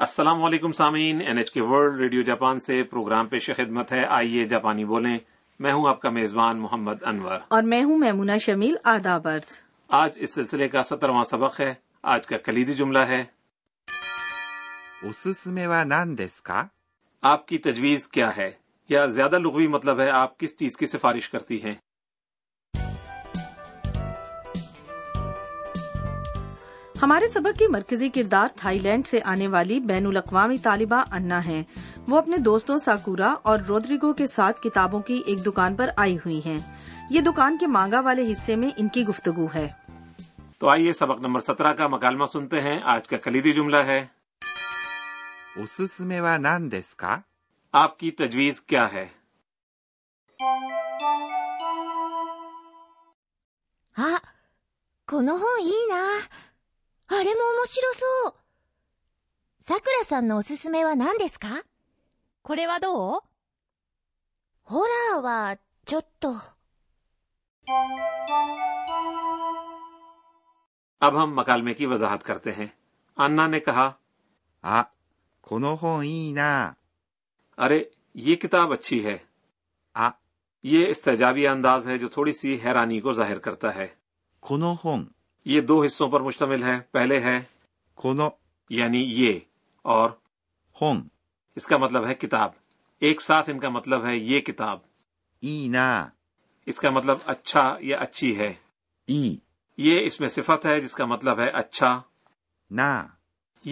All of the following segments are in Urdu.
السلام علیکم سامعین N H K world radio Japan سے پروگرام پیش خدمت ہے آئیے جاپانی بولیں میں ہوں آپ کا میزبان محمد انور اور میں ہوں میمونہ شمیل آداب عرض آج اس سلسلے کا سترواں سبق ہے آج کا کلیدی جملہ ہے おすすめは何ですか آپ کی تجویز کیا ہے یا زیادہ لغوی مطلب ہے آپ کس چیز کی سفارش کرتی ہیں ہمارے سبق کی مرکزی کردار تھائی لینڈ سے آنے والی بین الاقوامی طالبہ انا ہیں وہ اپنے دوستوں ساکورا اور رودریگو کے ساتھ کتابوں کی ایک دکان پر آئی ہوئی ہیں یہ دکان کے مانگا والے حصے میں ان کی گفتگو ہے تو آئیے سبق نمبر سترہ کا مکالمہ سنتے ہیں آج کا کلیدی جملہ ہے おすすめは何ですか آپ کی تجویز کیا ہے あ、この本いいな。あれも面白そう。さくらさんのおすすめは何ですかこれはどうホラーは、ちょっと。 اب ہم مکالمے کی وضاحت کرتے ہیں انا نے کہا あ、この本いいな ارے یہ کتاب اچھی ہے あ、 یہ استجابی انداز ہے جو تھوڑی سی حیرانی کو ظاہر کرتا ہے この本、 یہ دو حصوں پر مشتمل ہے پہلے ہے この یعنی یہ اور 本、 اس کا مطلب ہے کتاب ایک ساتھ ان کا مطلب ہے یہ کتاب いいな、 اس کا مطلب اچھا یا اچھی ہے いい یہ اس میں صفت ہے جس کا مطلب ہے اچھا な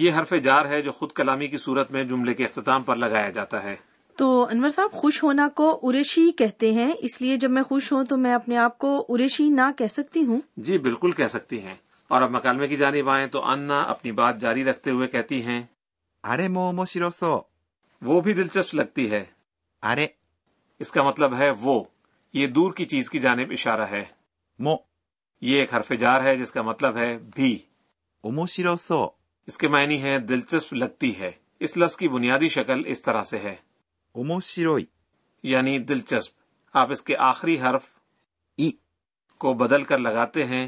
یہ حرف جار ہے جو خود کلامی کی صورت میں جملے کے اختتام پر لگایا جاتا ہے تو انور صاحب خوش ہونا کو اریشی کہتے ہیں اس لیے جب میں خوش ہوں تو میں اپنے آپ کو اریشی نہ کہہ سکتی ہوں جی بالکل کہہ سکتی ہیں اور اب مکالمے کی جانب آئیں تو انا اپنی بات جاری رکھتے ہوئے کہتی ہیں あれも面白そう。 وہ بھی دلچسپ لگتی ہے あれ、 اس کا مطلب ہے وہ یہ دور کی چیز کی جانب اشارہ ہے も、 یہ ایک حرف جار ہے جس کا مطلب ہے بھی 面白そ اس کے معنی ہے دلچسپ لگتی ہے اس لفظ کی بنیادی شکل اس طرح سے ہے う。面白い、 یعنی دلچسپ آپ اس کے آخری حرف い、 کو بدل کر لگاتے ہیں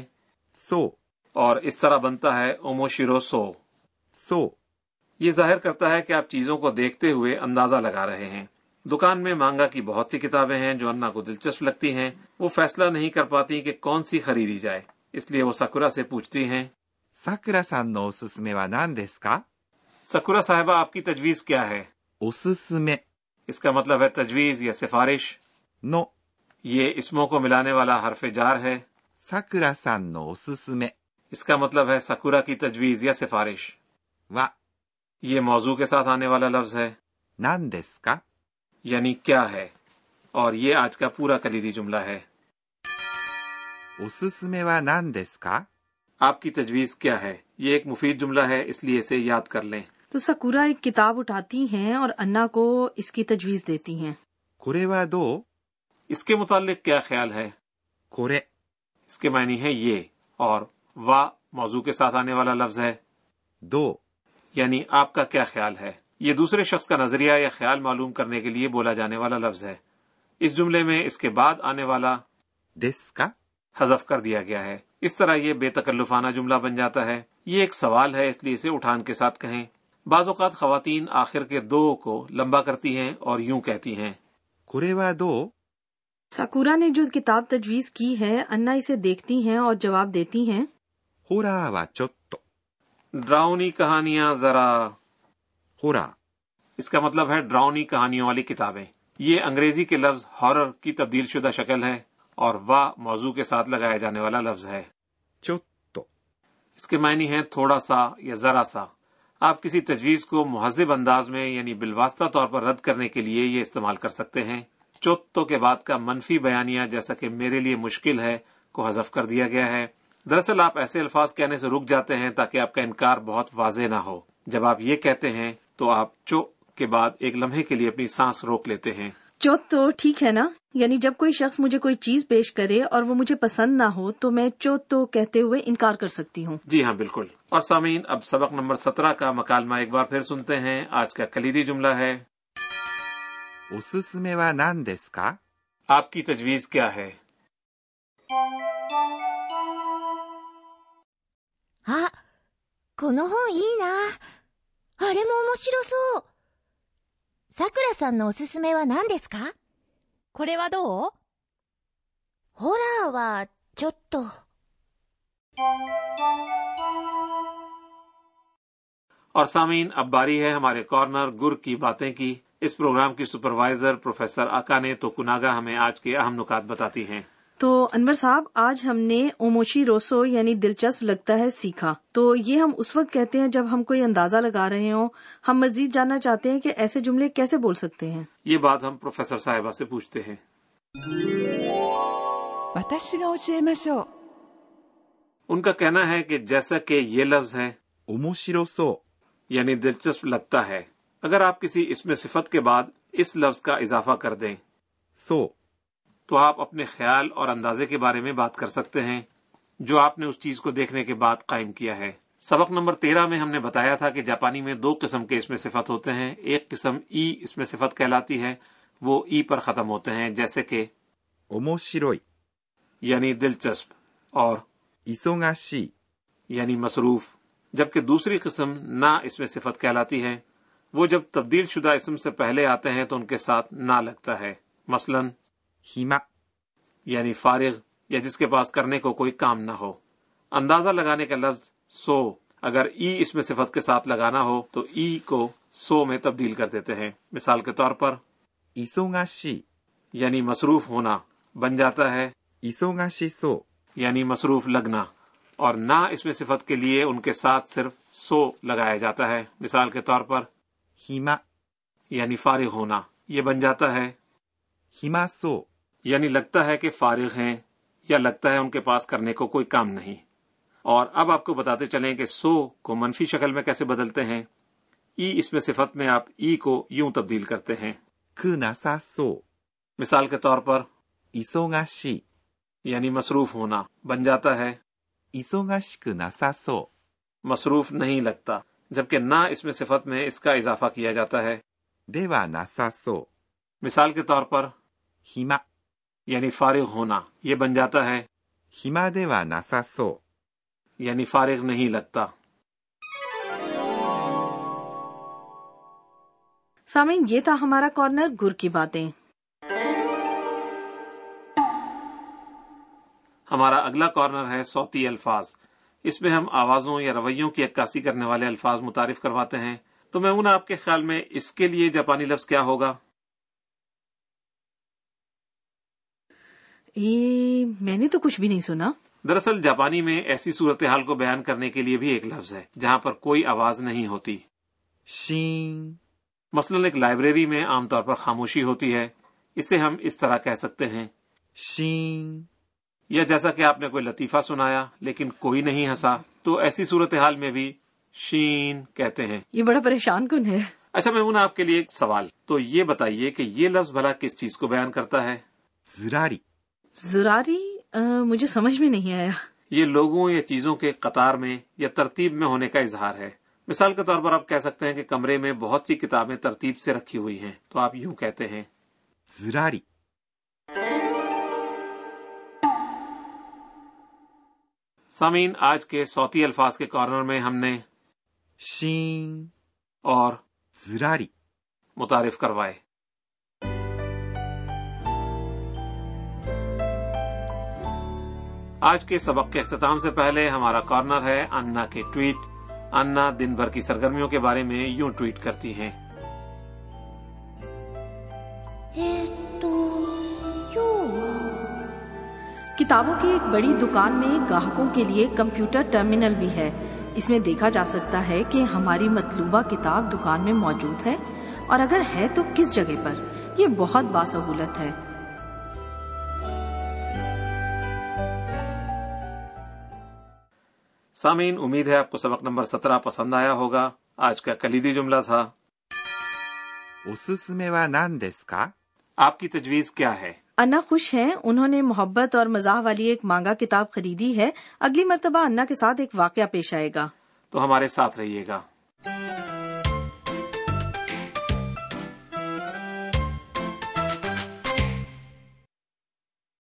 そう、 اور اس طرح بنتا ہے اوموشیرو سو そ یہ ظاہر کرتا ہے کہ آپ چیزوں کو دیکھتے ہوئے اندازہ لگا رہے ہیں دکان میں مانگا کی بہت سی کتابیں ہیں جو انا کو دلچسپ لگتی ہیں وہ فیصلہ نہیں کر پاتی کہ کون سی خریدی جائے اس لیے وہ سکورا سے پوچھتی ہیں う。さくらさんのおすすめは何ですか سکورا صاحبہ آپ کی تجویز کیا ہے おすすめ اس کا مطلب ہے تجویز یا سفارش の یہ اسموں کو ملانے والا حرف جار ہے さくらさんのおすすめ اس کا مطلب ہے سکورا کی تجویز یا سفارش は یہ موضوع کے ساتھ آنے والا لفظ ہے 何ですか یعنی کیا ہے اور یہ آج کا پورا کلیدی جملہ ہے おすすめは何ですか آپ کی تجویز کیا ہے یہ ایک مفید جملہ ہے اس لیے اسے یاد کر لیں تو سکورا ایک کتاب اٹھاتی ہیں اور انا کو اس کی تجویز دیتی ہیں これはどう اس کے متعلق کیا خیال ہے これ、 اس کے معنی ہے یہ اور وا موضوع کے ساتھ آنے والا لفظ ہے ど یعنی آپ کا کیا خیال ہے یہ دوسرے شخص کا نظریہ یا خیال معلوم کرنے کے لیے بولا جانے والا لفظ ہے اس جملے میں اس کے بعد آنے والا うですか حذف کر دیا گیا ہے اس طرح یہ بے تکلفانہ جملہ بن جاتا ہے یہ ایک سوال ہے اس لیے اسے اٹھان کے ساتھ کہیں بعض اوقات خواتین آخر کے دو کو لمبا کرتی ہیں اور یوں کہتی ہیں これはどう ساکورا نے جو کتاب تجویز کی ہے انا اسے دیکھتی ہیں اور جواب دیتی ہیں ホラーはちょっと。 ڈراؤنی کہانیاں ذرا ホラ اس کا مطلب ہے ڈراؤنی کہانیوں والی کتابیں یہ انگریزی کے لفظ ہارر کی تبدیل شدہ شکل ہے اور وا موضوع کے ساتھ لگایا جانے والا لفظ ہے ー、ちょっと。 اس کے معنی ہیں تھوڑا سا یا ذرا سا آپ کسی تجویز کو مہذب انداز میں یعنی بالواسطہ طور پر رد کرنے کے لیے یہ استعمال کر سکتے ہیں چوتوں کے بعد کا منفی بیانیہ جیسا کہ میرے لیے مشکل ہے کو حذف کر دیا گیا ہے دراصل آپ ایسے الفاظ کہنے سے رک جاتے ہیں تاکہ آپ کا انکار بہت واضح نہ ہو جب آپ یہ کہتے ہیں تو آپ چو کے بعد ایک لمحے کے لیے اپنی سانس روک لیتے ہیں چوت تو ٹھیک ہے نا یعنی جب کوئی شخص مجھے کوئی چیز پیش کرے اور وہ مجھے پسند نہ ہو تو میں چوت تو کہتے ہوئے انکار کر سکتی ہوں جی ہاں بالکل اور سامعین اب سبق نمبر سترہ کا مکالمہ ایک بار پھر سنتے ہیں آج کا کلیدی جملہ ہے おすすめは何ですか آپ کی تجویز کیا ہے あ、この本いいな。あれも面白そう。さくらさんのおすすめは何ですかこれはどうホラーは、ちょっと。 اور سامعین اب باری ہے ہمارے کارنر گر کی باتیں کی اس پروگرام کی سپروائزر پروفیسر آکا نے تو کناگا ہمیں آج کے اہم نکات بتاتی ہیں تو انور صاحب آج ہم نے اوموشی روسو یعنی دلچسپ لگتا ہے سیکھا تو یہ ہم اس وقت کہتے ہیں جب ہم کوئی اندازہ لگا رہے ہوں ہم مزید جاننا چاہتے ہیں کہ ایسے جملے کیسے بول سکتے ہیں یہ بات ہم پروفیسر صاحبہ سے پوچھتے ہیں 私が教えましょう ان کا کہنا ہے کہ جیسا کہ یہ لفظ ہے 面白そ یعنی دلچسپ لگتا ہے اگر آپ کسی اس میں صفت کے بعد اس لفظ کا اضافہ کر دیں う。そ تو آپ اپنے خیال اور اندازے کے بارے میں بات کر سکتے ہیں جو آپ نے اس چیز کو دیکھنے کے بعد قائم کیا ہے سبق نمبر تیرہ میں ہم نے بتایا تھا کہ جاپانی میں دو قسم کے اس میں صفت ہوتے ہیں ایک قسم ای اس میں صفت کہلاتی ہے وہ ای پر ختم ہوتے ہیں جیسے کہ う。面白い。 یعنی دلچسپ اور 忙しい。 یعنی مصروف جبکہ دوسری قسم نہ اس میں صفت کہلاتی ہے وہ جب تبدیل شدہ اسم سے پہلے آتے ہیں تو ان کے ساتھ نہ لگتا ہے مثلا 暇。 یعنی فارغ یا جس کے پاس کرنے کو کوئی کام نہ ہو اندازہ لگانے کا لفظ سو اگر ای اس میں صفت کے ساتھ لگانا ہو تو ای کو سو میں تبدیل کر دیتے ہیں مثال کے طور پر 忙し یعنی مصروف ہونا بن جاتا ہے い。忙しそ یعنی مصروف لگنا اور نہ اس میں صفت کے لیے ان کے ساتھ صرف سو لگایا جاتا ہے مثال کے طور پر う。暇。 یعنی فارغ ہونا یہ بن جاتا ہے 暇そ یعنی لگتا ہے کہ فارغ ہیں یا لگتا ہے ان کے پاس کرنے کو کوئی کام نہیں اور اب آپ کو بتاتے چلیں کہ سو کو منفی شکل میں کیسے بدلتے ہیں ای اس میں صفت میں آپ ای کو یوں تبدیل کرتے ہیں う。くなさそ مثال کے طور پر う。忙し یعنی مصروف ہونا بن جاتا ہے い。忙しくなさそ مصروف نہیں لگتا جبکہ نہ اس میں صفت میں اس کا اضافہ کیا جاتا ہے う。ではなさそう。 مثال کے طور پر 暇。 یعنی فارغ ہونا یہ بن جاتا ہے 暇ではなさそ یعنی فارغ نہیں لگتا سامعین یہ تھا ہمارا کارنر گر کی باتیں ہمارا اگلا کارنر ہے صوتی الفاظ اس میں ہم آوازوں یا رویوں کی عکاسی کرنے والے الفاظ متعارف کرواتے ہیں تو میمون آپ کے خیال میں اس کے لیے جاپانی لفظ کیا ہوگا اے، میں نے تو کچھ بھی نہیں سنا دراصل جاپانی میں ایسی صورتحال کو بیان کرنے کے لیے بھی ایک لفظ ہے جہاں پر کوئی آواز نہیں ہوتی う。しーん。 مثلا ایک لائبریری میں عام طور پر خاموشی ہوتی ہے اسے ہم اس طرح کہہ سکتے ہیں しーん。 یا جیسا کہ آپ نے کوئی لطیفہ سنایا لیکن کوئی نہیں ہنسا تو ایسی صورتحال میں بھی شین کہتے ہیں یہ بڑا پریشان کن ہے اچھا میمون آپ کے لیے ایک سوال تو یہ بتائیے کہ یہ لفظ بھلا کس چیز کو بیان کرتا ہے ずらり。 زراری آ، مجھے سمجھ میں نہیں آیا یہ لوگوں یا چیزوں کے قطار میں یا ترتیب میں ہونے کا اظہار ہے مثال کے طور پر آپ کہہ سکتے ہیں کہ کمرے میں بہت سی کتابیں ترتیب سے رکھی ہوئی ہیں تو آپ یوں کہتے ہیں ずらり。 سامعین آج کے صوتی الفاظ کے کارنر میں ہم نے しーん。 اور ずらり。 متعارف کروائے آج کے سبق کے اختتام سے پہلے ہمارا کارنر ہے انا کے ٹویٹ انا دن بھر کی سرگرمیوں کے بارے میں یوں ٹویٹ کرتی ہیں えーっと、今日は、 کتابوں کی ایک بڑی دکان میں گاہکوں کے لیے کمپیوٹر ٹرمینل بھی ہے اس میں دیکھا جا سکتا ہے کہ ہماری مطلوبہ کتاب دکان میں موجود ہے اور اگر ہے تو کس جگہ پر یہ بہت باسہولت ہے سامعین امید ہے آپ کو سبق نمبر سترہ پسند آیا ہوگا آج کا کلیدی جملہ تھا おすすめは何ですか آپ کی تجویز کیا ہے انا خوش ہیں انہوں نے محبت اور مزاح والی ایک مانگا کتاب خریدی ہے اگلی مرتبہ انا کے ساتھ ایک واقعہ پیش آئے گا تو ہمارے ساتھ رہیے گا